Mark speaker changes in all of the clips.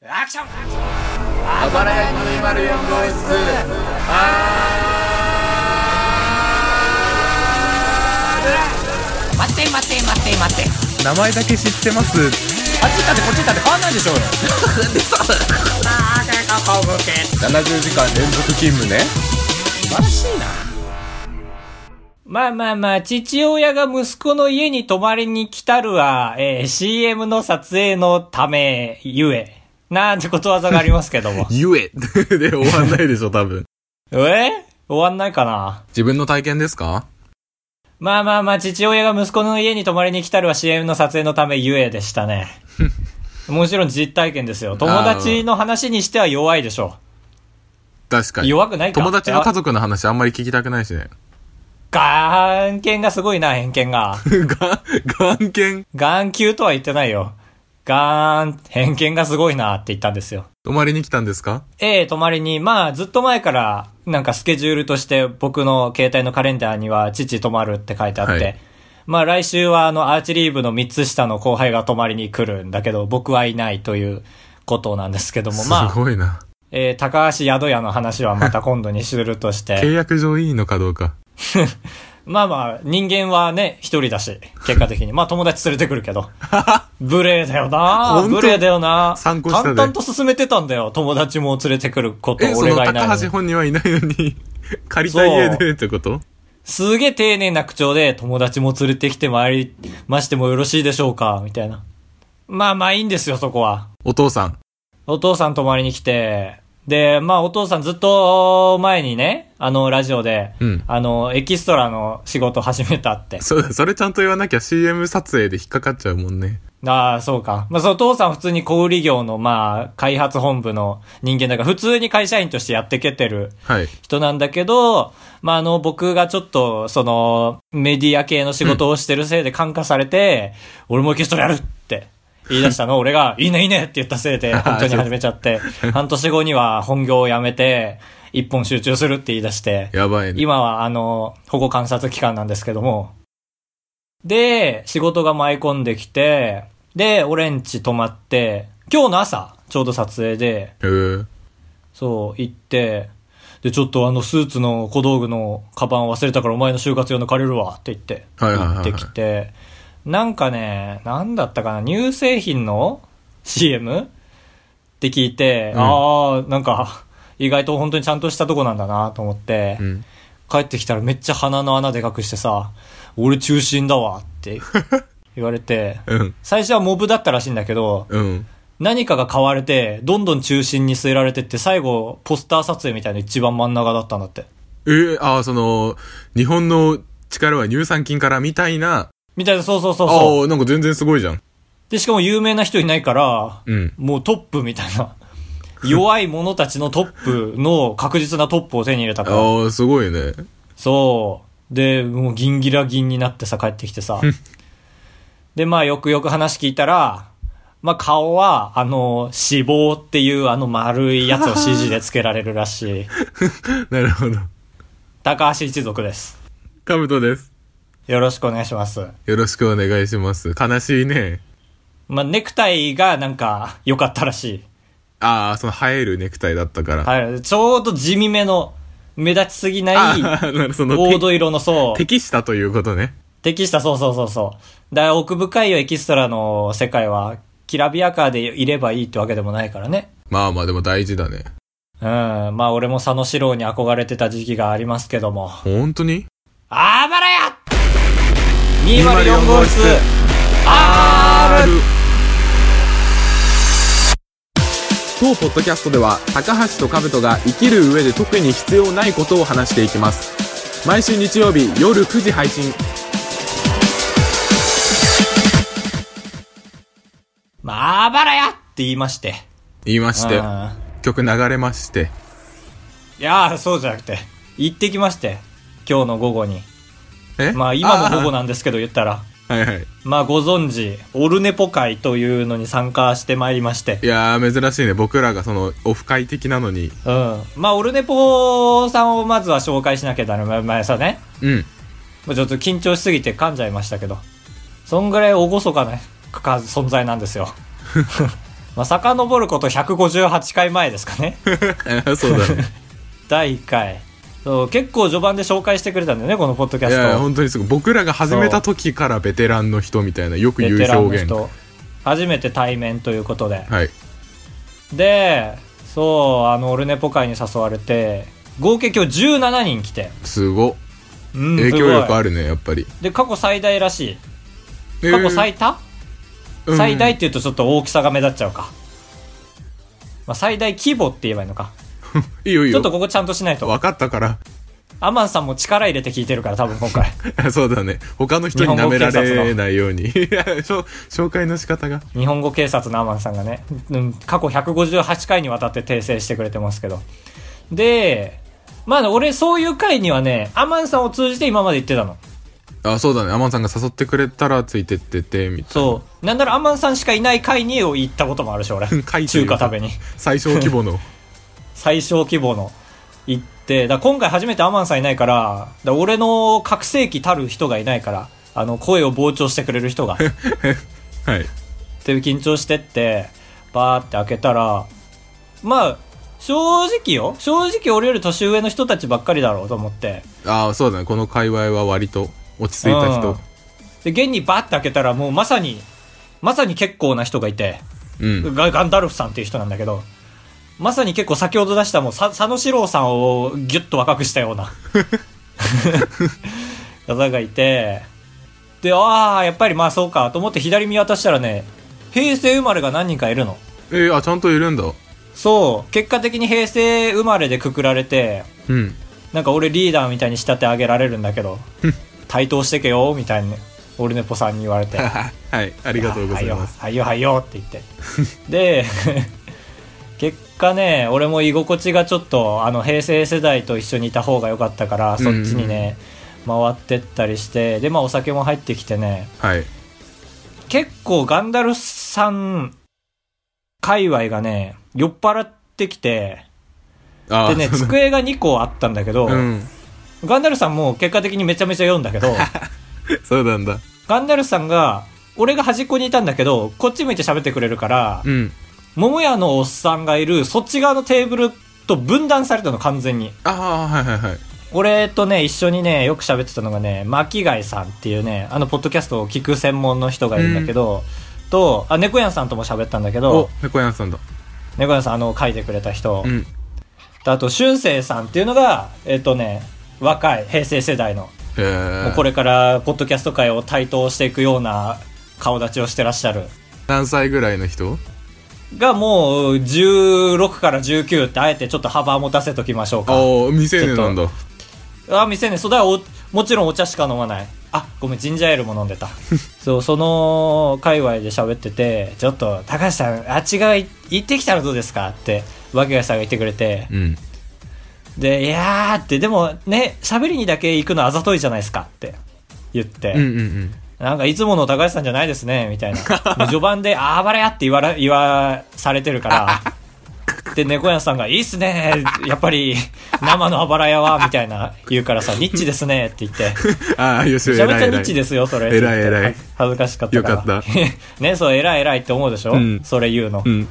Speaker 1: アクション
Speaker 2: あばらやき204号室
Speaker 1: 待って待って待って待って
Speaker 2: 名前だけ知ってます
Speaker 1: あっち行ったってこっち行ったって変わんないでしょうよ
Speaker 2: 70時間連続勤務ね。
Speaker 1: 素晴らしいなまあまあまあ、父親が息子の家に泊まりに来たるは、えー CM の撮影のため、ゆえ。なんてことわざがありますけど も
Speaker 2: ゆえで終わんないでしょ多分
Speaker 1: えー終わんないかな
Speaker 2: 自分の体験ですか
Speaker 1: まあまあまあ、父親が息子の家に泊まりに来たるは CM の撮影のためゆえでした ね。もちろん実体験ですよ。友達の話にしては弱いでしょ
Speaker 2: 確か
Speaker 1: う。
Speaker 2: に
Speaker 1: 弱くないか
Speaker 2: 友達の
Speaker 1: あ
Speaker 2: 家族の話あんまり聞きたくないしね
Speaker 1: 眼見がすごいな、偏見が。
Speaker 2: が眼見
Speaker 1: 眼球とは言ってないよ。眼、偏見がすごいなって言ったんですよ。
Speaker 2: 泊まりに来たんですか
Speaker 1: ええ、泊まりに、まあ、ずっと前から、なんかスケジュールとして僕の携帯のカレンダーには、父泊まるって書いてあって、
Speaker 2: はい
Speaker 1: まあ来週はあの、アーチェリー部の3つ下の後輩が泊まりに来るんだけど、僕はいないということなんですけども、
Speaker 2: す
Speaker 1: まあ、
Speaker 2: ごいな、
Speaker 1: えー高橋宿屋の話はま た今度にするとし
Speaker 2: 契
Speaker 1: て、
Speaker 2: 約上いいのかどうか
Speaker 1: まあまあ、人間はね、一人だし、結果的に。まあ友達連れてくるけ ど。無礼だよな
Speaker 2: 本当
Speaker 1: 無礼だよな
Speaker 2: 参考したで
Speaker 1: 淡々と進めてたんだよ。友達も連れてくること、
Speaker 2: えそ
Speaker 1: 俺
Speaker 2: の
Speaker 1: がいないの
Speaker 2: 高
Speaker 1: に
Speaker 2: 橋。本人はいないのに 借りた家でってこと
Speaker 1: すげえ丁寧な口調で、友達も連れてきてまいりましてもよろしいでしょうかみたいな。まあまあいいんですよ、そこは。
Speaker 2: お父さん
Speaker 1: お父さん泊まりに来て、で、まあお父さんずっと前にね、あのラジオで、
Speaker 2: うん
Speaker 1: あの、エキストラの仕事始めたって。
Speaker 2: そうだそれちゃんと言わなきゃ CM 撮影で引っかかっちゃうもんね
Speaker 1: ああ、そうか。まあ、そのお父さんは普通に小売業の、まあ、開発本部の人間だから、普通に会社員としてやってけてる
Speaker 2: はい
Speaker 1: 人なんだけど、まあ、あの、僕がちょっと、その、メディア系の仕事をしてるせいで感化されて、俺もエキストラやるって言い出 したのを俺が、いいねいいねって言ったせいで、本当に始めちゃって、半年後には本業を辞めて、一本集中するって言い出して、
Speaker 2: やばいね
Speaker 1: 今はあの、保護観察期間なんですけども。で、仕事が舞い込んできて、で、俺んち泊まって、今日の朝、ちょうど撮影で、
Speaker 2: へー
Speaker 1: そう、行って、で、ちょっとあの、スーツの小道具のカバン忘れたからお前の就活用の借りるわって言って、
Speaker 2: はいはいはい
Speaker 1: 行
Speaker 2: は
Speaker 1: っ
Speaker 2: い
Speaker 1: てきて、なんかね、なんだったかな、乳製品の CM? って聞いて、
Speaker 2: うん
Speaker 1: ああ、なんか、意外と本当にちゃんとしたとこなんだなと思って、
Speaker 2: うん
Speaker 1: 帰ってきたらめっちゃ鼻の穴でかくしてさ、俺中心だわって言われ て、
Speaker 2: うん
Speaker 1: 最初はモブだったらしいんだけど、
Speaker 2: うん
Speaker 1: 何かが買われて、どんどん中心に据えられてって、最後、ポスター撮影みたいな一番真ん中だったんだって。
Speaker 2: えー、ああ、その、日本の力は乳酸菌からみたいな。
Speaker 1: みたいな、そうそうそう
Speaker 2: あ
Speaker 1: そう。
Speaker 2: あ、なんか全然すごいじゃん。
Speaker 1: で、しかも有名な人いないから、
Speaker 2: うん。
Speaker 1: もうトップみたいな。 弱い者たちのトップの確実なトップを手に入れたから。
Speaker 2: ああ、すごいね。
Speaker 1: そう。で、もうギンギラギンになってさ、帰ってきてさ。で、まあ、よくよく話聞いたら、まあ、顔は、あの、脂肪っていう、あの丸いやつを CG でつけられるらし い。
Speaker 2: なるほど。
Speaker 1: 高橋一族です。
Speaker 2: カブトです。
Speaker 1: よろしくお願いします。
Speaker 2: よろしくお願いします。悲しいね。
Speaker 1: まあ、ネクタイがなんか良かったらし
Speaker 2: ああ、その生えるネクタイだったから。
Speaker 1: い。はい。ちょうど地味めの、目立ちすぎな
Speaker 2: あ
Speaker 1: い、
Speaker 2: あ、なるその、
Speaker 1: 黄土
Speaker 2: て
Speaker 1: 色の 層。
Speaker 2: 適したということね。
Speaker 1: 適した、そうそうそうそう。だから奥深いよ、エキストラの世界は。きらびやかでいればいいってわけでもないからね。
Speaker 2: まあまあ、でも大事だね。
Speaker 1: うん。まあ俺も佐野史郎に憧れてた時期がありますけども。
Speaker 2: 本当に
Speaker 1: あばらや !204 号室 R!
Speaker 2: 当ポッドキャストでは高橋と兜が生きる上で特に必要ないことを話していきます毎週日曜日夜9時配信
Speaker 1: まあ、あばらやって言いまして。
Speaker 2: 言いまして
Speaker 1: うん
Speaker 2: 曲流れまして
Speaker 1: いやー、そうじゃなくて、行ってきまして、今日の午後に。
Speaker 2: え
Speaker 1: まあ、今も午後
Speaker 2: な
Speaker 1: なんですけど、言ったら。
Speaker 2: はいはい
Speaker 1: まあ、ご存知、オルネポ会というのに参加してまいりまして
Speaker 2: い。やー珍しいね僕らがそのオフ会的なのに
Speaker 1: うん。まあ、オルネポさんをまずは紹介しなきゃだめ、まあさね。
Speaker 2: うん
Speaker 1: もうちょっと緊張しすぎて噛ん じゃいましたけど。そんぐらい厳かなか存在なんですよ。まあ、遡ること158回前ですかね。
Speaker 2: そうだ ね。
Speaker 1: 第1回。そう結構序盤で紹介してくれたんだよね、このポッドキャ
Speaker 2: いやいや
Speaker 1: スト。
Speaker 2: 本当にすごい僕らが始めた時からベテランの人みたいなよく言
Speaker 1: ベテ
Speaker 2: う
Speaker 1: ランの
Speaker 2: 表現
Speaker 1: 人。初めて対面ということで。
Speaker 2: はい
Speaker 1: で、そう、あの、オルネポ会に誘われて、合計今日17人来て。
Speaker 2: すご
Speaker 1: うん、
Speaker 2: 影響力あ
Speaker 1: る。
Speaker 2: るねやっぱり
Speaker 1: で、過去最大らしい。
Speaker 2: え
Speaker 1: 過
Speaker 2: ー
Speaker 1: 去最多、
Speaker 2: うん
Speaker 1: 最大って言うとちょっと大きさが目立っちゃうか。まあ、最大規模って言えばいいのか。
Speaker 2: いいよいい
Speaker 1: ちょっと
Speaker 2: よ
Speaker 1: ここちゃんとしないと。
Speaker 2: 分かったから
Speaker 1: アマンさんも力入れて聞いてるから、多分今回。
Speaker 2: そうだね他の人に舐められないようにいや紹 紹介の仕方が
Speaker 1: 日本語警察のアマンさんがね、うん過去158回にわたって訂正してくれてますけど。で、まあね、俺そういう回にはね、アマンさんを通じて今まで言ってたの。
Speaker 2: あそうだねアマンさんが誘ってくれたらついてっててみた い
Speaker 1: そう。なんならアマンさんしかいない回に行ったこともあるし、 俺。
Speaker 2: な書いて
Speaker 1: 中
Speaker 2: る
Speaker 1: 華食べに。
Speaker 2: 最小 規模の
Speaker 1: 最小規模の行って、だから今回初めてアマンさんいないから、だから俺の覚醒器たる人がいないから、あの、声を膨張してくれる人 が。
Speaker 2: はい
Speaker 1: で緊張してってバーって開けたらまあ正直よ正直俺より年上の人たちばっかりだろうと思って
Speaker 2: ああそうだねこの界隈は割と落ち着いた人
Speaker 1: で現にバーって開けたらもうまさにまさに結構な人がいて、
Speaker 2: うん
Speaker 1: ガガンダルフさんっていう人なんだけどまさに結構先ほど出したもうさ佐野史郎さんをギュッと若くしたような 方がいてでああやっぱりまあそうかと思って左見渡したらね平成生まれが何人かいるの
Speaker 2: えー、あちゃんといるんだ
Speaker 1: そう、結果的に平成生まれでくくられて、
Speaker 2: うん
Speaker 1: なんか俺リーダーみたいに仕立て上げられるんだけど、対等してけよ、みたいに、オルネポさんに言われて。あ
Speaker 2: はいありがとうございます
Speaker 1: はいよ、はいよ、はいよって言って。で、 結果ね、俺も居心地がちょっと、あの、平成世代と一緒にいた方が良かったから、そっちにね、回ってったりして、で、まあお酒も入ってきてね、
Speaker 2: はい
Speaker 1: 結構ガンダルフさん界隈がね、酔っ払ってきて、
Speaker 2: あ
Speaker 1: でね、
Speaker 2: そうだ
Speaker 1: 机が2個あったんだけど、
Speaker 2: うん
Speaker 1: ガンダルフさんも結果的にめちゃめちゃ読んだけ ど、
Speaker 2: そうなんだ
Speaker 1: ガンダルフさんが、俺が端っこにいたんだけど、こっち向いて喋ってくれるから、
Speaker 2: うん
Speaker 1: 桃屋のおっさんがいる、そっち側のテーブルと分断されたの、完全に。
Speaker 2: ああはいはいはい
Speaker 1: 俺とね、一緒にね、よく喋ってたのがね、巻貝さんっていうね、あの、ポッドキャストを聞く専門の人がいるんだけど、と、あ、猫やんさんとも喋ったんだけ
Speaker 2: お
Speaker 1: ど、
Speaker 2: 猫屋さんだ
Speaker 1: 猫やんさん、あの、書いてくれた人。
Speaker 2: うん
Speaker 1: とあと、俊生さんっていうのが、えっ、とね、若い、平成世代の
Speaker 2: へえ
Speaker 1: もうこれからポッドキャスト界を台頭していくような顔立ちをしてらっしゃる
Speaker 2: 何歳ぐらいの人
Speaker 1: がもう16から19ってあえてちょっと幅持たせときましょう
Speaker 2: あ
Speaker 1: か
Speaker 2: あ未成年なんだ
Speaker 1: あ未成年そうだおもちろんお茶しか飲まないあごめんジンジャーエールも飲ん でたそうその界隈で喋っててちょっと高橋さんあっち側い行ってきたらどうですかって脇谷さんが言ってくれて
Speaker 2: うん
Speaker 1: でいやーってでもね喋りにだけ行くのあざといじゃないですかって言って、
Speaker 2: うんうんうん
Speaker 1: なんかいつもの高橋さんじゃないですね、みたいな。もう序盤で、 あーばれやって言わら、言わされてるから。で、猫屋さんが、いいっすねやっぱり、生のあばら屋は、みたいな言うからさ、ニッチですねって言って。
Speaker 2: ああよし
Speaker 1: め
Speaker 2: よ
Speaker 1: ちゃめちゃニ
Speaker 2: 偉
Speaker 1: ッ
Speaker 2: い
Speaker 1: チですよ、それ。
Speaker 2: 偉い
Speaker 1: って言って
Speaker 2: 偉い
Speaker 1: 恥ずかしかったから。
Speaker 2: よかっ た
Speaker 1: ね、そう、偉い偉いって思うでしょ、
Speaker 2: うん
Speaker 1: それ言うの。
Speaker 2: うん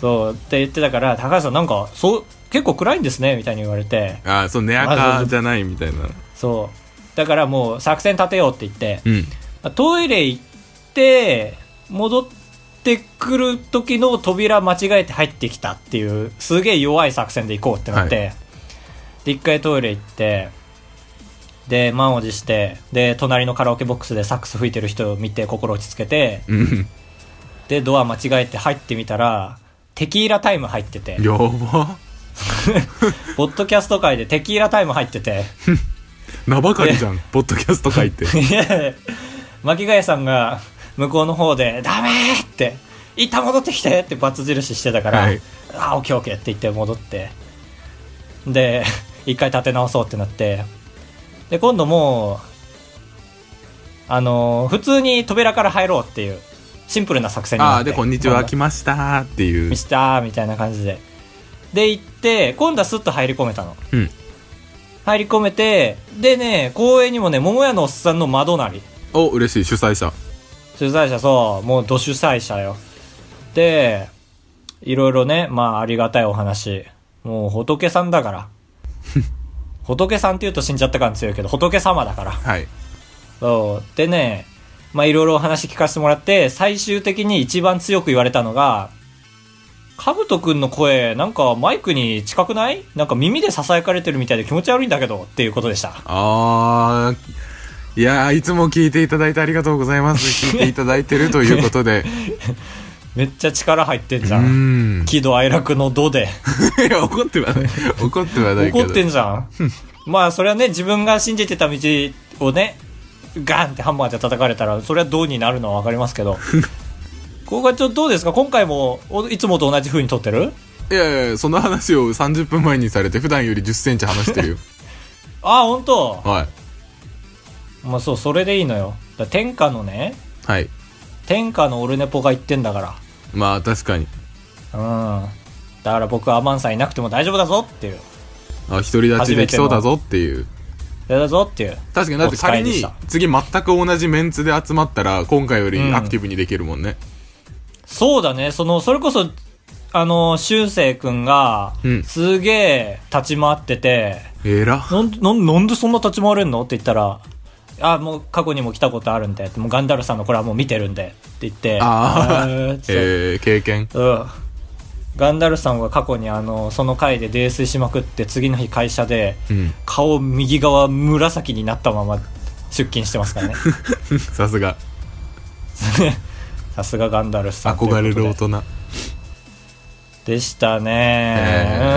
Speaker 1: そう、って言ってたから、高橋さんなんか、そう、結構暗いんですね、みたいに言われて。
Speaker 2: ああそう寝垢じゃないみたいな
Speaker 1: そう。だからもう、作戦立てようって言って。
Speaker 2: うん
Speaker 1: トイレ行って、戻ってくる時の扉間違えて入ってきたっていう、すげえ弱い作戦で行こうってなって、
Speaker 2: は
Speaker 1: で、一回トイレ行って、で、満を持して、で、隣のカラオケボックスでサックス吹いてる人を見て心落ち着けて、
Speaker 2: うん
Speaker 1: で、ドア間違えて入ってみたら、テキーラタイム入ってて、
Speaker 2: やば
Speaker 1: ポッドキャスト界でテキーラタイム入ってて、
Speaker 2: 名ばかりじゃんポッドキャスト書 いて
Speaker 1: いや 巻貝さんが向こうの方で「ダメ!」って「一旦戻ってきて!」ってバツ印してたから「
Speaker 2: はい
Speaker 1: あオッケーオッケー」って言って戻ってで一回立て直そうってなってで今度もうあのー普通に扉から入ろうっていうシンプルな作戦にな
Speaker 2: あ
Speaker 1: って
Speaker 2: あでこんにちは来ましたーっていう
Speaker 1: ミスターみたいな感じでで行って今度はスッと入り込めたの
Speaker 2: うん
Speaker 1: 入り込めてでね公園にもね桃屋のおっさんの窓なり
Speaker 2: お嬉しい主催者
Speaker 1: 主催者そうもう土主催者よでいろいろね、まあありがたいお話。もう仏さんだから。仏さんって言うと死んじゃった感強いけど、仏様だから。
Speaker 2: はい。
Speaker 1: そう。でね、まあいろいろお話聞かせてもらって、最終的に一番強く言われたのが、かぶとくんの声、なんかマイクに近くないなんか耳で囁かれてるみたいで気持ち悪いんだけど、っていうことでした。
Speaker 2: あー、いやー、いつも聞いていただいてありがとうござい ます。聞いていただいてるということで。
Speaker 1: めっちゃ力入ってんじ
Speaker 2: う
Speaker 1: ゃん。
Speaker 2: ん。
Speaker 1: 喜怒哀楽の度で。
Speaker 2: いや、怒ってはない。怒ってはないけ
Speaker 1: 怒
Speaker 2: ど。
Speaker 1: ってんじゃん。まあ、それはね、自分が信じてた道をね、ガンってハンマーで叩かれたら、それはどうになるのはわかりますけ ど。ここがちょっとどうですか今回も、おいつもと同じ風に撮ってる
Speaker 2: いやいや、その話を30分前にされて、普段より10センチ離して るよ。
Speaker 1: ああ、ほんと
Speaker 2: はい。
Speaker 1: まあそう、それでいいのよ。だから天下のね、
Speaker 2: はい。
Speaker 1: 天下のオルネポが言ってんだか
Speaker 2: まあ、確かに。
Speaker 1: ら。うん。だから僕はアマンさんいなくても大丈夫だぞっていう。
Speaker 2: あ、独り立ちできそうだぞっていう。
Speaker 1: やだぞっていう。
Speaker 2: 確かに、だって仮
Speaker 1: お疲れでし
Speaker 2: に
Speaker 1: た
Speaker 2: 次全く同じメンツで集まったら、今回よりアクティブにできるもんね。
Speaker 1: そうだね、その、それこそ、あの、修正くんが
Speaker 2: うん、
Speaker 1: すげえ立ち回ってて、
Speaker 2: えら。
Speaker 1: なんなんなんでそんな立ち回れんのって言ったら、あ、もう過去にも来たことあるんで、もうガンダルさんのこれはもう見てるんで、って言って、
Speaker 2: あ
Speaker 1: ー
Speaker 2: あ
Speaker 1: っ、て
Speaker 2: えー、経験。
Speaker 1: うん。ガンダルさんは過去にあの、その回で泥酔しまくって、次の日会社で、
Speaker 2: うん。
Speaker 1: 顔右側紫になったまま出勤してますから ね。
Speaker 2: さすが。
Speaker 1: さすがガンダルさんということ
Speaker 2: 憧
Speaker 1: で。
Speaker 2: れる大人。
Speaker 1: でした
Speaker 2: え
Speaker 1: ね、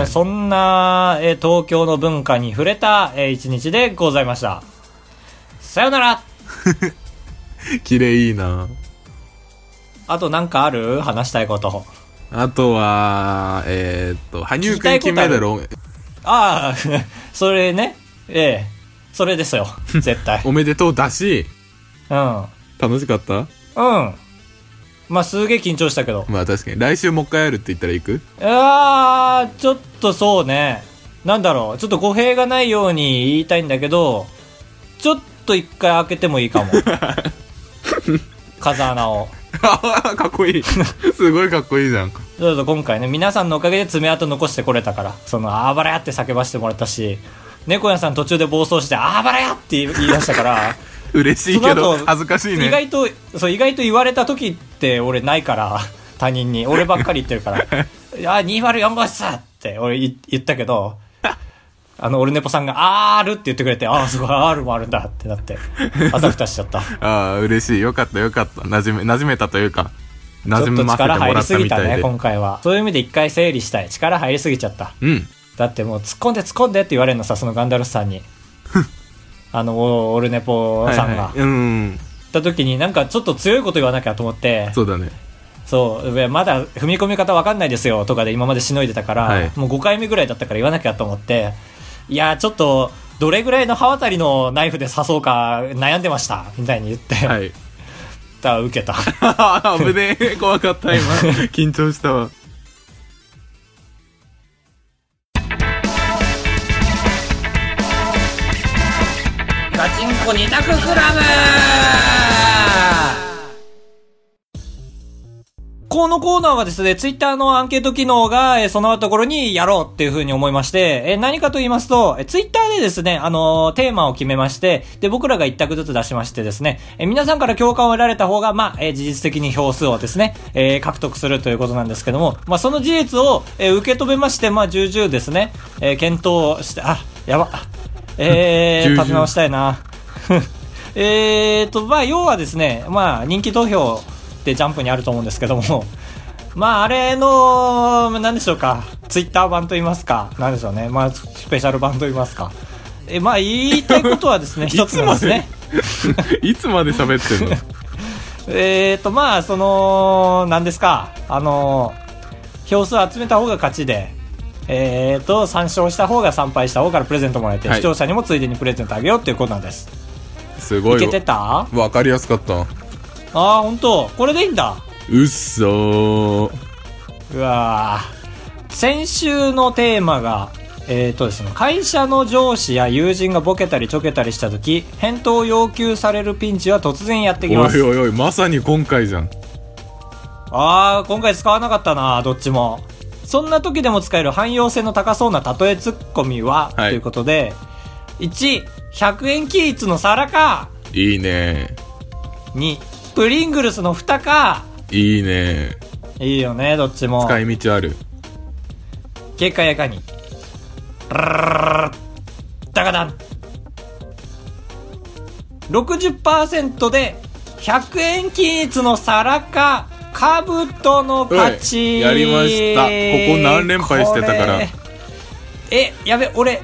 Speaker 2: ー
Speaker 1: うんそんな、えー東京の文化に触れた、えー一日でございましたさよなら
Speaker 2: 綺麗いいな
Speaker 1: あとなんかある話したいこと
Speaker 2: あとは、えーっと、羽生
Speaker 1: 聞きた
Speaker 2: 君
Speaker 1: いことある
Speaker 2: 金メダルお
Speaker 1: ああ それねええそれですよ絶対
Speaker 2: おめでとうだし、
Speaker 1: うんうん
Speaker 2: 楽しかった
Speaker 1: まあすげえ緊張したけど
Speaker 2: まあ確かに。来週もう一回やるって言ったら行く
Speaker 1: あーちょっとそうねなんだろうちょっと語弊がないように言いたいんだけどちょっと一回開けてもいいかも風穴を
Speaker 2: あーかっこいい。すごいかっこいいじゃん。
Speaker 1: そうそう今回ね皆さんのおかげで爪痕残してこれたからその「あばらや」って叫ばしてもらったし猫屋さん途中で暴走して「あばらや」って言い出したから
Speaker 2: 嬉しいけど
Speaker 1: その後、
Speaker 2: 恥ずかしい
Speaker 1: 意
Speaker 2: ね。
Speaker 1: 外とそう意外と言われた時って俺ないから 他人に俺ばっかり言ってるから「い や204号室!」って俺い言ったけどあの俺猫さんが「R」って言ってくれて「ああすごい R もあるんだ」ってなってあざふたしちゃっ た
Speaker 2: ああ、嬉しい。よかったよかった。馴染め、馴染めたというか、
Speaker 1: ち
Speaker 2: 馴
Speaker 1: ょっ
Speaker 2: 染
Speaker 1: と
Speaker 2: ませても
Speaker 1: 力入
Speaker 2: ら
Speaker 1: り
Speaker 2: った
Speaker 1: す
Speaker 2: み
Speaker 1: ぎた
Speaker 2: たい
Speaker 1: ね
Speaker 2: で。
Speaker 1: 今回はそういう意味で一回整理したい力入りすぎちゃった
Speaker 2: うん。
Speaker 1: だってもう突っ込んで突っ込んでって言われるのさそのガンダルフさん にあのオオルネポさんが、
Speaker 2: はいはいうん。
Speaker 1: 行った時になんかちょっと強いこと言わなきゃと思って
Speaker 2: そうだね。
Speaker 1: そういやまだ踏み込み方わかんないですよとかで今までしのいでたから、
Speaker 2: はい
Speaker 1: もう5回目ぐらいだったから言わなきゃと思っていやちょっとどれぐらいの刃渡りのナイフで刺そうか悩んでましたみたいに言 って、
Speaker 2: はい。
Speaker 1: たら受けた
Speaker 2: あ ぶねえ。怖かっ た、今。緊張したわ。
Speaker 1: ガチンコ二択クラブこのコーナーはですね、ツイッターのアンケート機能が、えー、備わるところにやろうっていうふうに思いまして、えー、何かと言いますと、えー、ツイッターでですね、あのーテーマを決めまして、で、僕らが一択ずつ出しましてですね、えー、皆さんから共感を得られた方が、まあ、えー、事実的に票数をですね、えー、獲得するということなんですけども、まあ、その事実を、えー、受け止めまして、まあ、重々ですね、えー、検討して、あ、やば、え ー、
Speaker 2: 重々
Speaker 1: 立て直したいな。 えーと、まあ、要はですね、まあ、人気投票ってジャンプにあると思うんですけども、 まあ、あれの、なんでしょうか、ツイッター版と言いますか、なんでしょうね、まあ、スペシャル版と言いますか。え、まあ、言いたいことは ですね、一つなんですね。
Speaker 2: いつまで喋ってんの
Speaker 1: えーと、まあ、その、なんですか、あの、票数を集めた方が勝ちで、えーと、参照した方が参拝した方からプレゼントもらえて、
Speaker 2: はい
Speaker 1: 視聴者にもついでにプレゼントあげようっていうことなんです。
Speaker 2: すご
Speaker 1: い
Speaker 2: い
Speaker 1: け
Speaker 2: わ
Speaker 1: てた
Speaker 2: わかりやすかった
Speaker 1: ああ、本当これでいいんだ。
Speaker 2: うっそう
Speaker 1: わー先週のテーマが、えーとですね、会社の上司や友人がボケたりちょけたりした時返答を要求されるピンチは突然やってき
Speaker 2: お
Speaker 1: ます
Speaker 2: いおいおいまさに今回じゃん
Speaker 1: ああ、今回使わなかったな、どっちも。そんな時でも使える汎用性の高そうな例えツッコミは、
Speaker 2: はい
Speaker 1: ということで、1、100円均一の皿か、
Speaker 2: いいね。
Speaker 1: 2、プリングルスの蓋か、
Speaker 2: いいね。
Speaker 1: いいよね、どっちも。
Speaker 2: 使い道ある。
Speaker 1: 警戒やかに。ダカダン。60%で100円均一の皿か、カブトの勝
Speaker 2: おい
Speaker 1: ち。
Speaker 2: やりましたここ何連敗してたから
Speaker 1: これ。え、やべ、俺、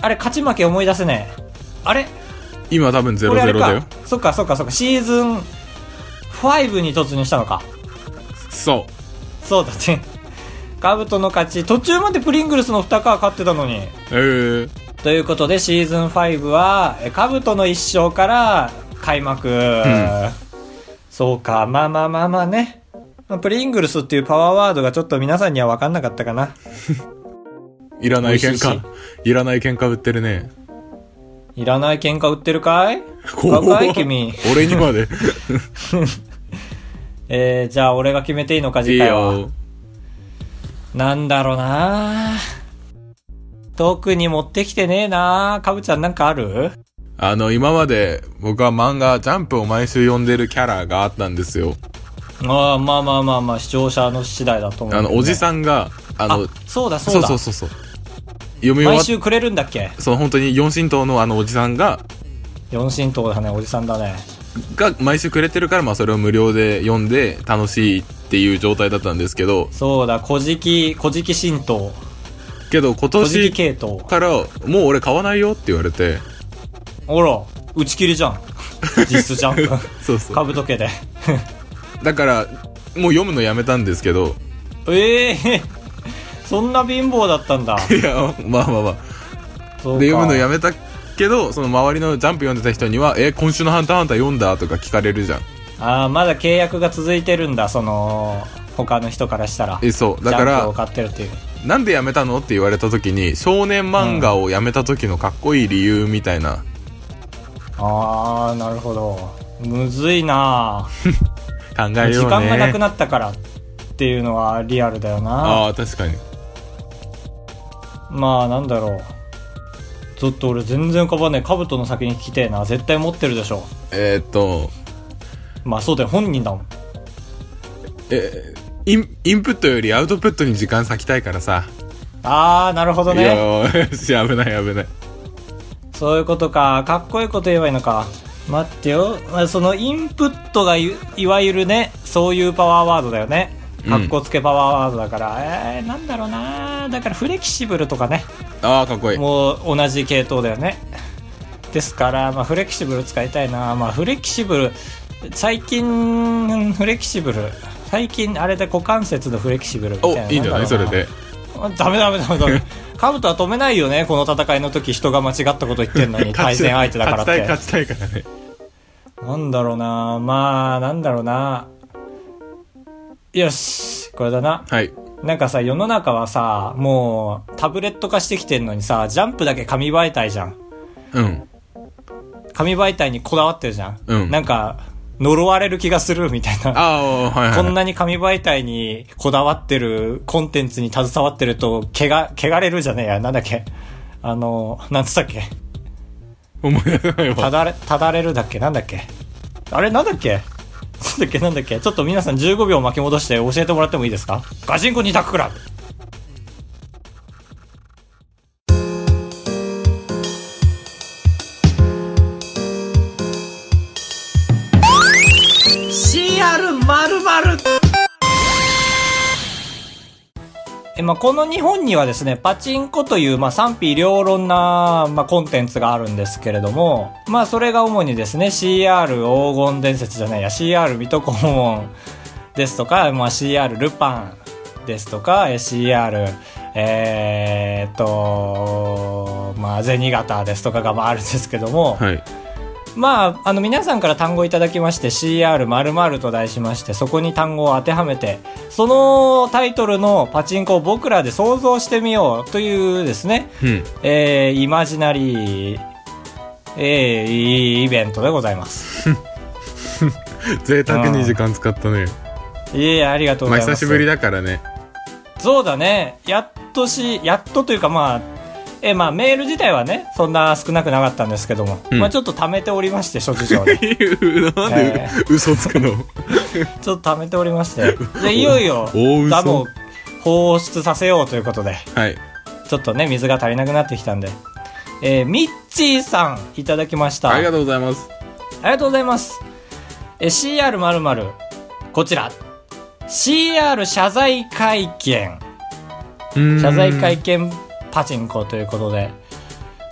Speaker 1: あれ、勝ち負け思い出せねえ。あれ
Speaker 2: 今多分ゼロ
Speaker 1: 俺あ
Speaker 2: ゼ
Speaker 1: れ
Speaker 2: ロだよ
Speaker 1: か。。そっかそっかそっか、シーズン5に突入したのか。
Speaker 2: そ
Speaker 1: そうだね。カブトの勝ち。途中までプリングルスの2カー勝ってたのに。
Speaker 2: う。えー、
Speaker 1: ということで、シーズン5は、えカブトの一勝から開幕。
Speaker 2: ん
Speaker 1: そうか、まあまあまあまあね。まあプリングルスっていうパワーワードがちょっと皆さんには分かんなかったかな。
Speaker 2: いらない
Speaker 1: 美
Speaker 2: 喧
Speaker 1: 味しいし
Speaker 2: 嘩。いらない喧嘩売ってるね。
Speaker 1: いらない喧嘩売ってるかい若い君。
Speaker 2: 俺にまで。
Speaker 1: えー、じゃあ俺が決めていいのか、
Speaker 2: いい
Speaker 1: 次回は。
Speaker 2: よ。
Speaker 1: なんだろうな特に持ってきてねえなカブちゃんなんかある
Speaker 2: あの、今まで僕は漫画、ジャンプを毎週読んでるキャラがあったんですよ。
Speaker 1: ああ、まあまあまあまあ、視聴者の次第だと思うけ
Speaker 2: あ
Speaker 1: どね、
Speaker 2: の、おじさんが、あの、
Speaker 1: そうだそ
Speaker 2: そうう
Speaker 1: だ。
Speaker 2: そうそうそう。読み終わ
Speaker 1: 毎
Speaker 2: っ
Speaker 1: 週くれるんだっけ
Speaker 2: その本当に四神童のあのおじさんが、
Speaker 1: 四神党だね、おじさんだね。
Speaker 2: が毎週くれてるから、まあそれを無料で読んで楽しいっていう状態だったんですけど、
Speaker 1: そうだ、古事記、古事記神道。
Speaker 2: けど今
Speaker 1: 古事記
Speaker 2: 年
Speaker 1: 系統。
Speaker 2: から、もう俺買わないよって言われて、
Speaker 1: おら、打ち切りじゃ ん。実質じゃん。
Speaker 2: そうそ
Speaker 1: か
Speaker 2: う。
Speaker 1: ぶとけで。
Speaker 2: だから、もう読むのやめたんですけど、
Speaker 1: ええそんな貧乏だったんだ。
Speaker 2: いや、まあまあまあ。
Speaker 1: そうか
Speaker 2: で、読むのやめたけど、その周りのジャンプ読んでた人には、え、今週のハンターハンター読んだとか聞かれるじゃん。
Speaker 1: ああ、まだ契約が続いてるんだ、その、他の人からしたら。
Speaker 2: え、そう。だか
Speaker 1: ジャンプを
Speaker 2: ら、
Speaker 1: 買ってるっていう。
Speaker 2: なんでやめたのって言われた時に、少年漫画をやめた時のかっこいい理由みたいな。
Speaker 1: ああ、なるほど。むずいな
Speaker 2: 考え
Speaker 1: 時
Speaker 2: ようね。
Speaker 1: 間がなくなったからっていうのはリアルだよな。
Speaker 2: ああ、確かに。
Speaker 1: まあなんだろうちょっと俺全然浮かばねえカブトの先に聞きてえな絶対持ってるでしょ
Speaker 2: えー、っと、
Speaker 1: まあそうだよ本人だもん
Speaker 2: え、イン、インプットよりアウトプットに時間割きたいからさ。
Speaker 1: ああなるほど
Speaker 2: いや
Speaker 1: ね
Speaker 2: ー、し危ない危ない。
Speaker 1: そういうことかかっこいいこと言えばいいのか待ってよまあそのインプットがいいわゆるねそういうパワーワードだよね
Speaker 2: うん
Speaker 1: かっこつけパワーワードだから、えー、なんだろうなだからフレキシブルとかね
Speaker 2: ああ、かっこいい。
Speaker 1: もう同じ系統だよねですから、まあ、フレキシブル使いたいな、まあ、フレキシブル最近フレキシブル最近あれで股関節のフレキシブルみた
Speaker 2: お、
Speaker 1: いない
Speaker 2: いんじゃないそれで。
Speaker 1: あダメダメダメダ メカブトは止めないよねこの戦いの時人が間違ったこと言ってんの に対戦相手だからっ
Speaker 2: 勝ちたい、
Speaker 1: て
Speaker 2: 勝ちたいからね。
Speaker 1: なんだろうなまあなんだろうなよしこれだな
Speaker 2: はい。
Speaker 1: なんかさ世の中はさもうタブレット化してきてんのにさジャンプだけ紙媒体じゃん
Speaker 2: うん。
Speaker 1: 紙媒体にこだわってるじゃん。
Speaker 2: うん
Speaker 1: なんか、呪われる気がするみたいな。
Speaker 2: ああ、はいはい。
Speaker 1: こんなに紙媒体にこだわってる、コンテンツに携わってると、けが、けがれるじゃねえや。なんだっけ。あの、なんつったっけ。
Speaker 2: 思い出せな い
Speaker 1: た
Speaker 2: わ。
Speaker 1: だれ、ただれるだっけなんだっけ。あれなんだっけなんだっけなんだっけちょっと皆さん15秒巻き戻して教えてもらってもいいですかガチンコ二択クラブえまあ、この日本にはですね、パチンコという、まあ、賛否両論な、まあ、コンテンツがあるんですけれども、まあ、それが主にですね、CR 黄金伝説じゃないや、CR 水戸黄門ですとか、まあ、CR ルパンですとか、え CR、えー、っと、まあ、銭形ですとかが、まあ、あるんですけども、
Speaker 2: はい。
Speaker 1: まあ、あの皆さんから単語いただきまして CR○○ と題しましてそこに単語を当てはめてそのタイトルのパチンコを僕らで想像してみようというですね、
Speaker 2: うん。
Speaker 1: えーイマジナリー、えーイベントでございます。
Speaker 2: 贅沢に時間使ったね。
Speaker 1: いえいえ、ありがとうご
Speaker 2: まあ
Speaker 1: ざいます。
Speaker 2: 久しぶりだからね。
Speaker 1: そうだね。やっとし、やっとというかまあ、え、まあメール自体はね、そんな少なくなかったんですけども、
Speaker 2: ん
Speaker 1: まあちょっと貯めておりまして、諸事情で。
Speaker 2: なんで
Speaker 1: え
Speaker 2: 嘘つく の
Speaker 1: ちょっと貯めておりま して。で、いよいよ、
Speaker 2: 大嘘
Speaker 1: ダムを放出させようということで、
Speaker 2: はい。
Speaker 1: ちょっとね、水が足りなくなってきたんで。えーミッチーさん、いただきました。
Speaker 2: ありがとうございます。
Speaker 1: ありがとうございます。え、CR00、こちら。CR 謝罪会見。謝罪会見パチンコということで。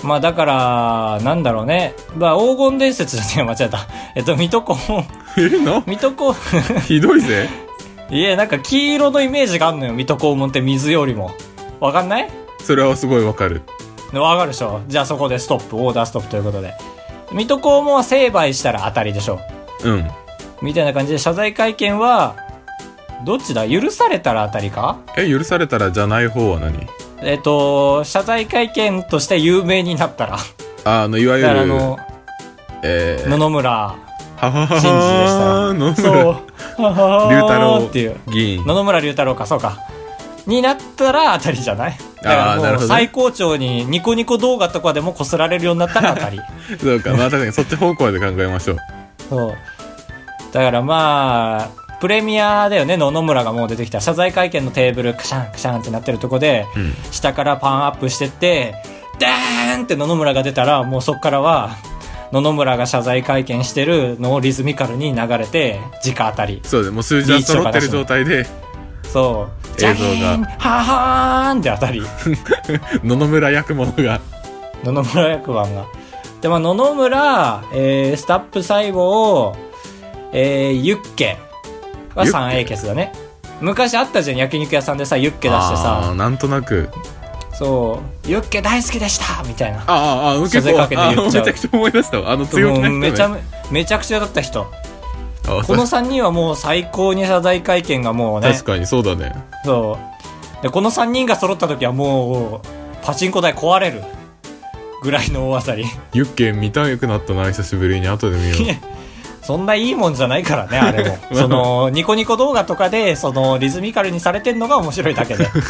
Speaker 1: まあだから、なんだろうね。まあ黄金伝説じゃねえ、間違えた。えっと、水戸黄、
Speaker 2: え、な、
Speaker 1: 水戸黄、
Speaker 2: ひどいぜ。
Speaker 1: いえ、なんか黄色のイメージがあんのよ。水戸黄門って水よりも。わかんない
Speaker 2: それはすごいわかる。
Speaker 1: わかるでしょじゃあそこでストップ、オーダーストップということで。水戸黄門は成敗したら当たりでしょ。
Speaker 2: うん。
Speaker 1: みたいな感じで謝罪会見は、どっちだ許されたら当たりか
Speaker 2: え、許されたらじゃない方は何
Speaker 1: えっ、と、謝罪会見として有名になったら。
Speaker 2: ああの、いわゆ
Speaker 1: だからあ
Speaker 2: る
Speaker 1: の、、
Speaker 2: えー、
Speaker 1: 野々村
Speaker 2: はは
Speaker 1: 真
Speaker 2: は
Speaker 1: 二
Speaker 2: の
Speaker 1: でした。そう。ははは
Speaker 2: 龍太郎
Speaker 1: っていう。
Speaker 2: 議員
Speaker 1: 野。々村龍太郎か、そうか。になったら当たりじゃないだ
Speaker 2: あ
Speaker 1: から
Speaker 2: ーなるほ
Speaker 1: も
Speaker 2: ど
Speaker 1: う
Speaker 2: ね
Speaker 1: 最高潮にニコニコ動画とかでもこすられるようになったら当た り。
Speaker 2: そうか、まあ確かにそっち方向で考えましょう。
Speaker 1: そう。だからまあ、プレミアだよね、野々村がもう出てきた。謝罪会見のテーブル、カシャンカシャンってなってるとこで、
Speaker 2: ん
Speaker 1: 下からパンアップしてって、ダーンって野々村が出たら、もうそっからは、野々村が謝罪会見してるのをリズミカルに流れて、直当たり。
Speaker 2: そうで、もう数字は揃ってる状態で、
Speaker 1: そう。
Speaker 2: 映像が
Speaker 1: ジャキーンははーんって当たり。
Speaker 2: 野々村役者が、
Speaker 1: 野々村役番が。で、まあ、野々村、えー、スタップ細胞、えー、ユッケは
Speaker 2: ユッケ
Speaker 1: 3A ケスだね。昔あったじゃん、焼肉屋さんでさ、ユッケ出して
Speaker 2: ああ
Speaker 1: さ、
Speaker 2: ー、なんとなく、
Speaker 1: そう、ユッケ大好きでしたみたいな。
Speaker 2: あーあー、あー結
Speaker 1: 風
Speaker 2: 構、
Speaker 1: かけて
Speaker 2: あ
Speaker 1: 言
Speaker 2: ー
Speaker 1: っちゃ
Speaker 2: め
Speaker 1: う
Speaker 2: ちゃくちゃ思い出したわ。あの強
Speaker 1: も
Speaker 2: 気な
Speaker 1: う
Speaker 2: 人ね。
Speaker 1: めちゃめ、めちゃくちゃだった人。
Speaker 2: あー
Speaker 1: この3人はもう最高に謝罪会見がもうね
Speaker 2: 確、かにそうだね。
Speaker 1: そう。で、この3人が揃った時はもう、パチンコ台壊れる。ぐらいの大当たり。
Speaker 2: ユッケ見たくなったな、久しぶりに。後で見よう。
Speaker 1: そんないいもんじゃないからね、あれも。その、ニコニコ動画とかで、その、リズミカルにされてんのが面白いだけで。だか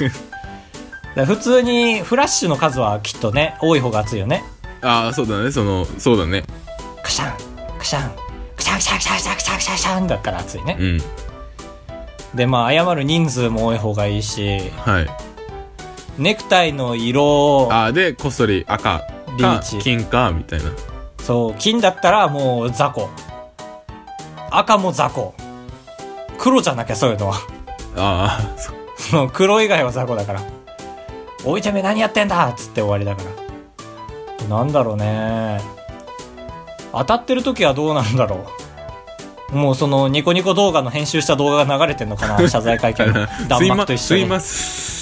Speaker 1: ら普通に、フラッシュの数はきっとね、多い方が熱いよね。
Speaker 2: ああ、そうだね、その、そうだね。
Speaker 1: クシャン、クシャン、クシャンクシャンクシャンクシャンクシャンクシャンクシャンだったら熱いね
Speaker 2: う。ん。
Speaker 1: で、まあ、謝る人数も多い方がいいし、
Speaker 2: はい。
Speaker 1: ネクタイの色、
Speaker 2: ああ、で、こっそり赤か、
Speaker 1: リーチ
Speaker 2: 金か、みたいな。
Speaker 1: そう、金だったらもう雑魚。赤も雑魚。黒じゃなきゃ、そういうのは。
Speaker 2: ああ、そ
Speaker 1: もう黒以外は雑魚だから。おいてめえ何やってんだっつって終わりだから。なんだろうね。当たってる時はどうなんだろう。もうそのニコニコ動画の編集した動画が流れてんのか な謝罪会見の
Speaker 2: う。
Speaker 1: 弾幕と一緒
Speaker 2: すい
Speaker 1: に。
Speaker 2: ま、すいます。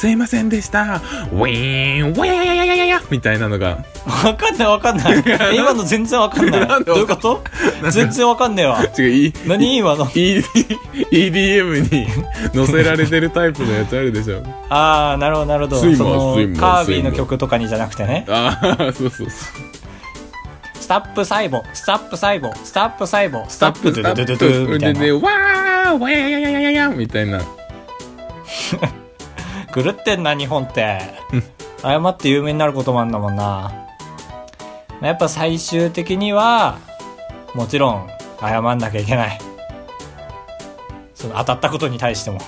Speaker 2: すいませんでした。ウィーン、ウィーン、やややややみたいなのが。
Speaker 1: わかんないわかん ない。え今の全然わかんない。
Speaker 2: なんで
Speaker 1: どういうこと全然わかんねえわ。
Speaker 2: 違う、いい。
Speaker 1: 何今の。
Speaker 2: E- EDM に載せられてるタイプのやつあるでしょ
Speaker 1: あー、なるほどなるほど。
Speaker 2: すいま
Speaker 1: そ
Speaker 2: すいま
Speaker 1: の、カービィ
Speaker 2: すいま
Speaker 1: の曲とかにじゃなくてね。
Speaker 2: ああそうそうそう
Speaker 1: スタップ細胞、スタップ細胞、スタップ細胞、スタップドゥドゥドゥドゥドゥみた
Speaker 2: で
Speaker 1: いな
Speaker 2: で。わーわややややややみたいな
Speaker 1: 狂ってんな日本って謝って有名になることもあんだもんなまあやっぱ最終的にはもちろん謝んなきゃいけないその当たったことに対しても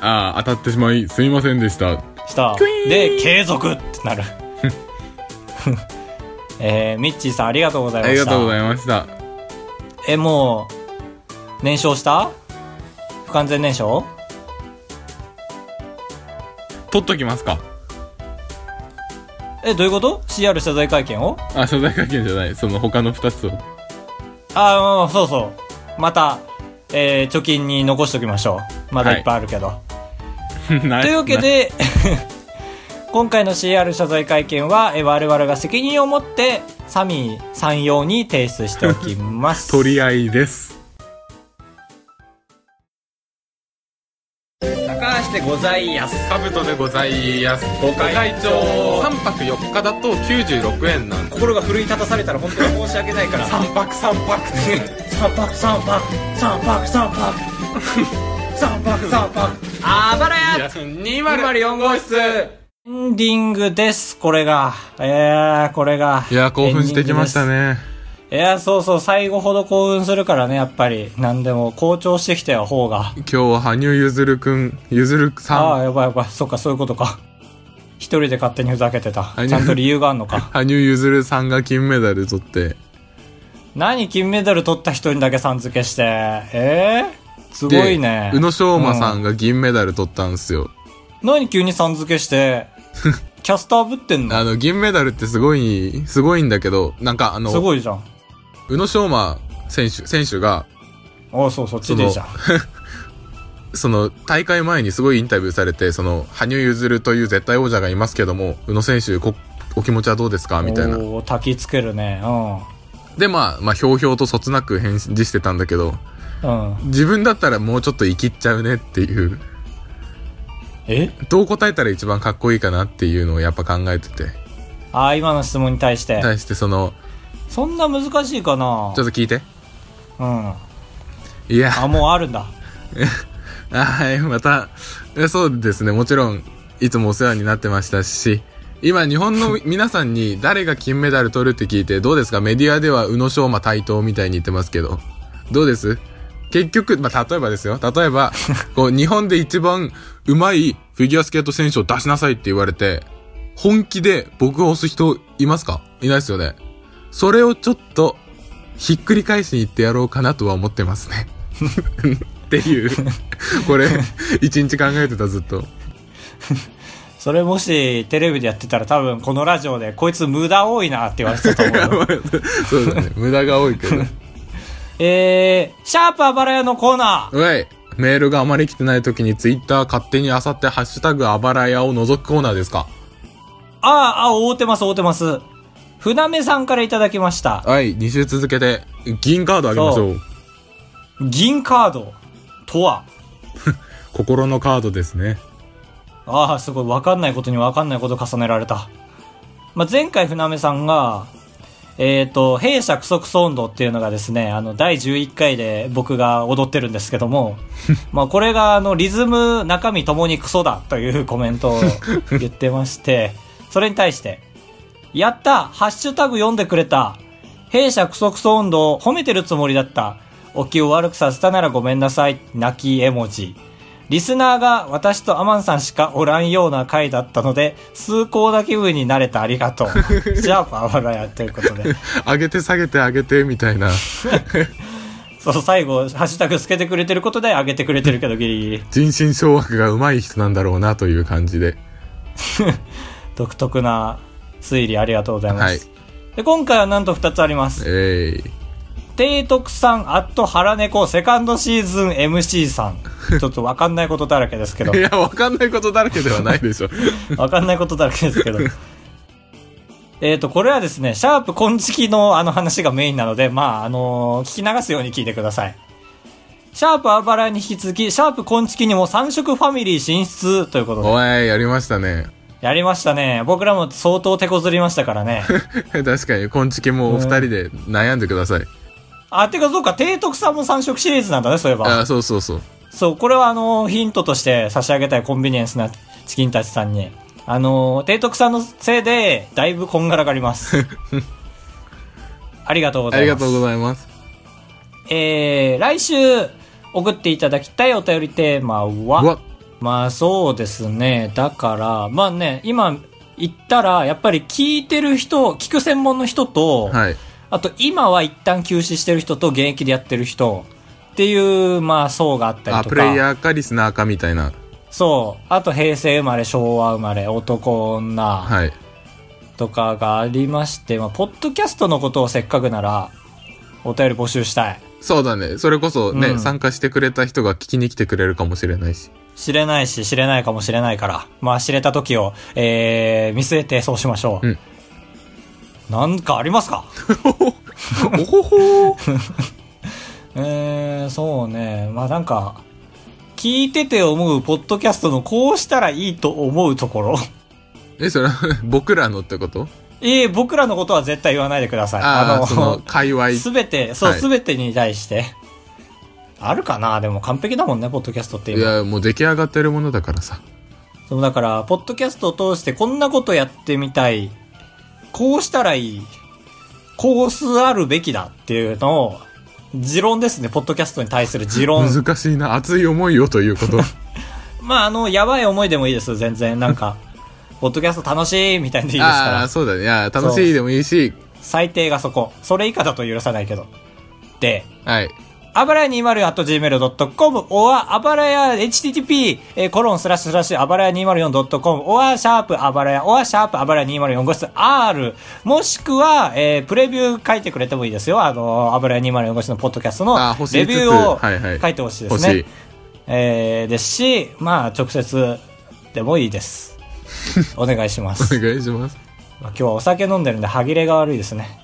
Speaker 2: ああ当たってしまいすいませんでした
Speaker 1: した
Speaker 2: クイーン
Speaker 1: で継続ってなる えー、ミッチーさんありがとうござい
Speaker 2: あ
Speaker 1: まし
Speaker 2: り
Speaker 1: た
Speaker 2: がとうございました
Speaker 1: えもう燃焼した不完全燃焼
Speaker 2: 取っときますか
Speaker 1: えどういうこと ?CR 謝罪会見を
Speaker 2: あ謝罪会見じゃないその他の2つを
Speaker 1: ああ、そうそう。また、えー貯金に残しときましょう。まだいっぱいあるけど。
Speaker 2: な
Speaker 1: というわけで、 今回の CR 謝罪会見は、えー我々が責任を持って、サミーさん用に提出しておきます。
Speaker 2: 取り合いです
Speaker 1: 高橋でごございやす。
Speaker 2: カブトでございますご
Speaker 1: 会長
Speaker 2: 3泊4日だと96円なんで
Speaker 1: 心が奮い立たされたら本当に申し訳ないから。
Speaker 2: 3泊3泊って
Speaker 1: 三泊三泊三泊三泊 三泊三泊あばらや
Speaker 2: 204号室
Speaker 1: エンディングです、これが。えー、これが。
Speaker 2: いや興奮してきましたね
Speaker 1: エンディングです。いや、そうそう、最後ほど興奮するからね、やっぱり。なんでも、好調してきたよ、方が。
Speaker 2: 今日は羽生結弦くん結弦
Speaker 1: あ
Speaker 2: さん
Speaker 1: あ、やばいやばい。そっか、そういうことか。一人で勝手にふざけてた。
Speaker 2: い
Speaker 1: ちゃんと理由があんのか。
Speaker 2: 羽生結弦さんが金メダル取って
Speaker 1: 何金メダル取った人にだけさん付けして。えー、すご
Speaker 2: で
Speaker 1: いね。
Speaker 2: 宇野昌磨さんが銀メダル取ったんですよ、
Speaker 1: 何急にさん付け して、キャスターぶってんの
Speaker 2: あの銀メダルってすごいすごいんだけどなんかあの
Speaker 1: すごいじゃん。
Speaker 2: 宇野昌磨選手選手が
Speaker 1: ああ、そう、そっちでいいじゃん。
Speaker 2: その大会前にすごいインタビューされてその羽生結弦という絶対王者がいますけども宇野選手こお気持ちはどうですかみたいな
Speaker 1: おー焚きつけるね。う
Speaker 2: でまあまあひょうひょうとそつなく返事してたんだけど
Speaker 1: ん。うん。
Speaker 2: 自分だったらもうちょっと生きっちゃうねっていう
Speaker 1: え
Speaker 2: どう答えたら一番かっこいいかなっていうのをやっぱ考えてて
Speaker 1: ああ、今の質問に対して。
Speaker 2: 対してその
Speaker 1: そんな難しいかな
Speaker 2: ちょっと聞いて
Speaker 1: うん。
Speaker 2: いや
Speaker 1: あ、もうあるんだ。
Speaker 2: はい、また、えそうですね、もちろん、いつもお世話になってましたし、今、日本の皆さんに誰が金メダル取るって聞いて、どうですかメディアでは宇野昌磨対等みたいに言ってますけど、どうです結局、まあ、例えばですよ。例えば、こう、日本で一番うまいフィギュアスケート選手を出しなさいって言われて、本気で僕を押す人いますかいないですよね。それをちょっと、ひっくり返しに行ってやろうかなとは思ってますね。っていう。 これ、一日考えてた、ずっと。
Speaker 1: それもしテレビでやってたら多分このラジオでこいつ無駄多いなって言われてたと 思うよ。
Speaker 2: そうだね。無駄が多いけど。
Speaker 1: えー、シャープあばら屋のコーナー
Speaker 2: おい、メールがあまり来てない時にツイッター勝手にあさってハッシュタグあばら屋を覗くコーナーですか
Speaker 1: ああ、ああ、覆ってます、覆ってます。船目さんからいただきました。
Speaker 2: はい、2週続けて、銀カードあげましょう。
Speaker 1: 銀カードとは
Speaker 2: 心のカードですね。
Speaker 1: ああ、すごい。わかんないことにわかんないこと重ねられた。まあ、前回船目さんが、えっ、と、弊社クソクソ運動っていうのがですね、あの、第11回で僕が踊ってるんですけども、まあ、これが、あの、リズム、中身ともにクソだというコメントを言ってまして、それに対して、やったハッシュタグ読んでくれた弊社クソクソ運動を褒めてるつもりだったお気を悪くさせたならごめんなさい泣き絵文字リスナーが私とアマンさんしかおらんような回だったので崇高な気分になれたありがとう シャープあばらやということで
Speaker 2: 上げて下げて上げて、みたいな。
Speaker 1: そう最後ハッシュタグつけてくれてることで上げてくれてるけどギリギリ
Speaker 2: 人心掌握が上手い人なんだろうな、という感じで。
Speaker 1: 独特な推理ありがとうございま
Speaker 2: はい
Speaker 1: す、。で今回はなんと2つあります
Speaker 2: えー、
Speaker 1: 提督さん、アット、腹猫、セカンドシーズン MC さん。ちょっとわかんないことだらけですけど
Speaker 2: い。や、わかんないことだらけではないでし ょ。
Speaker 1: わかんないことだらけですけ ど。えっと、これはですね、シャープ金色のあの話がメインなので、まあ、あのー聞き流すように聞いてください。シャープアバラに引き続き、シャープ金色にも3色ファミリー進出ということで。
Speaker 2: おい、やりましたね。
Speaker 1: やりましたね。僕らも相当手こずりましたから ね。
Speaker 2: 確かに、こんちきもお二人で悩んでください。
Speaker 1: あ、てかそうか、提督さんも3色シリーズなんだね、そういえば。
Speaker 2: あ、そうそうそう。
Speaker 1: そう、これはあの、ヒントとして差し上げたいコンビニエンスなチキンたちさんに。あの、提督さんのせいで、だいぶこんがらがり ます。ありがとうご
Speaker 2: あ
Speaker 1: ざ
Speaker 2: り
Speaker 1: い
Speaker 2: が
Speaker 1: ます。
Speaker 2: とうございます。
Speaker 1: えー、来週、送っていただきたいお便りテーマは、
Speaker 2: うわ、
Speaker 1: まあそうですね。だから、まあね、今言ったら、やっぱり聞いてる人、聞く専門の人と、
Speaker 2: はい。
Speaker 1: あと今は一旦休止してる人と現役でやってる人っていう、まあ層があったり
Speaker 2: あ、
Speaker 1: とか。
Speaker 2: プレイヤーかリスナーかみたいな。
Speaker 1: そう。あと、平成生まれ、昭和生まれ、男、女
Speaker 2: はい。
Speaker 1: とかがありまして、まあ、ポッドキャストのことをせっかくなら、お便り募集したい。
Speaker 2: そうだね。それこそね、
Speaker 1: うん
Speaker 2: 参加してくれた人が聞きに来てくれるかもしれな いし。
Speaker 1: 知れないし、知れないかもしれないから、まあ、知れた時を、えー、見据えてそうしましょう。
Speaker 2: うん
Speaker 1: なんかありますか
Speaker 2: おほほー
Speaker 1: えー、そうね。まあ、なんか、聞いてて思うポッドキャストのこうしたらいいと思うところ。
Speaker 2: え、それ は僕らのってこと
Speaker 1: ええ僕らのことは絶対言わないでください。
Speaker 2: ああ、その、界隈。
Speaker 1: すべて、そう、
Speaker 2: はい
Speaker 1: すべてに対して。あるかなでも完璧だもんね、ポッドキャストって
Speaker 2: い
Speaker 1: 今。
Speaker 2: や、もう出来上がってるものだからさ。
Speaker 1: そのだから、ポッドキャストを通してこんなことやってみたい。こうしたらいい。こうすあるべきだっていうのを、持論ですね、ポッドキャストに対する持論。
Speaker 2: 難しいな。熱い思いをとい うこと。
Speaker 1: まあ、あの、やばい思いでもいいです、全然。なん か、ポッドキャスト楽しいみたいんでいいですか
Speaker 2: ああ、
Speaker 1: ら。
Speaker 2: そうだね。いや、楽しいでもいいし、
Speaker 1: 最低がそこ。それ以下だと許さないけど。で、
Speaker 2: はい。
Speaker 1: あばらや 20.gmail.com おわ、あばらや http、えーコロンスラッシュスラッシュあばらや 204.com おわ、シャープあばらや、おわ、シャープあばらや204号室 R、もしくは、えープレビュー書いてくれてもいいですよ。あのー、あばらや204号室のポッドキャストの
Speaker 2: あ欲しい
Speaker 1: レビュー
Speaker 2: つつはいはい
Speaker 1: を書いてほしいですね。
Speaker 2: 欲しい
Speaker 1: えーですし、まあ、直接でもいい です。お願いしま
Speaker 2: お
Speaker 1: す。
Speaker 2: 願いします。
Speaker 1: まあ今日はお酒飲んでるんで歯切れが悪いですね。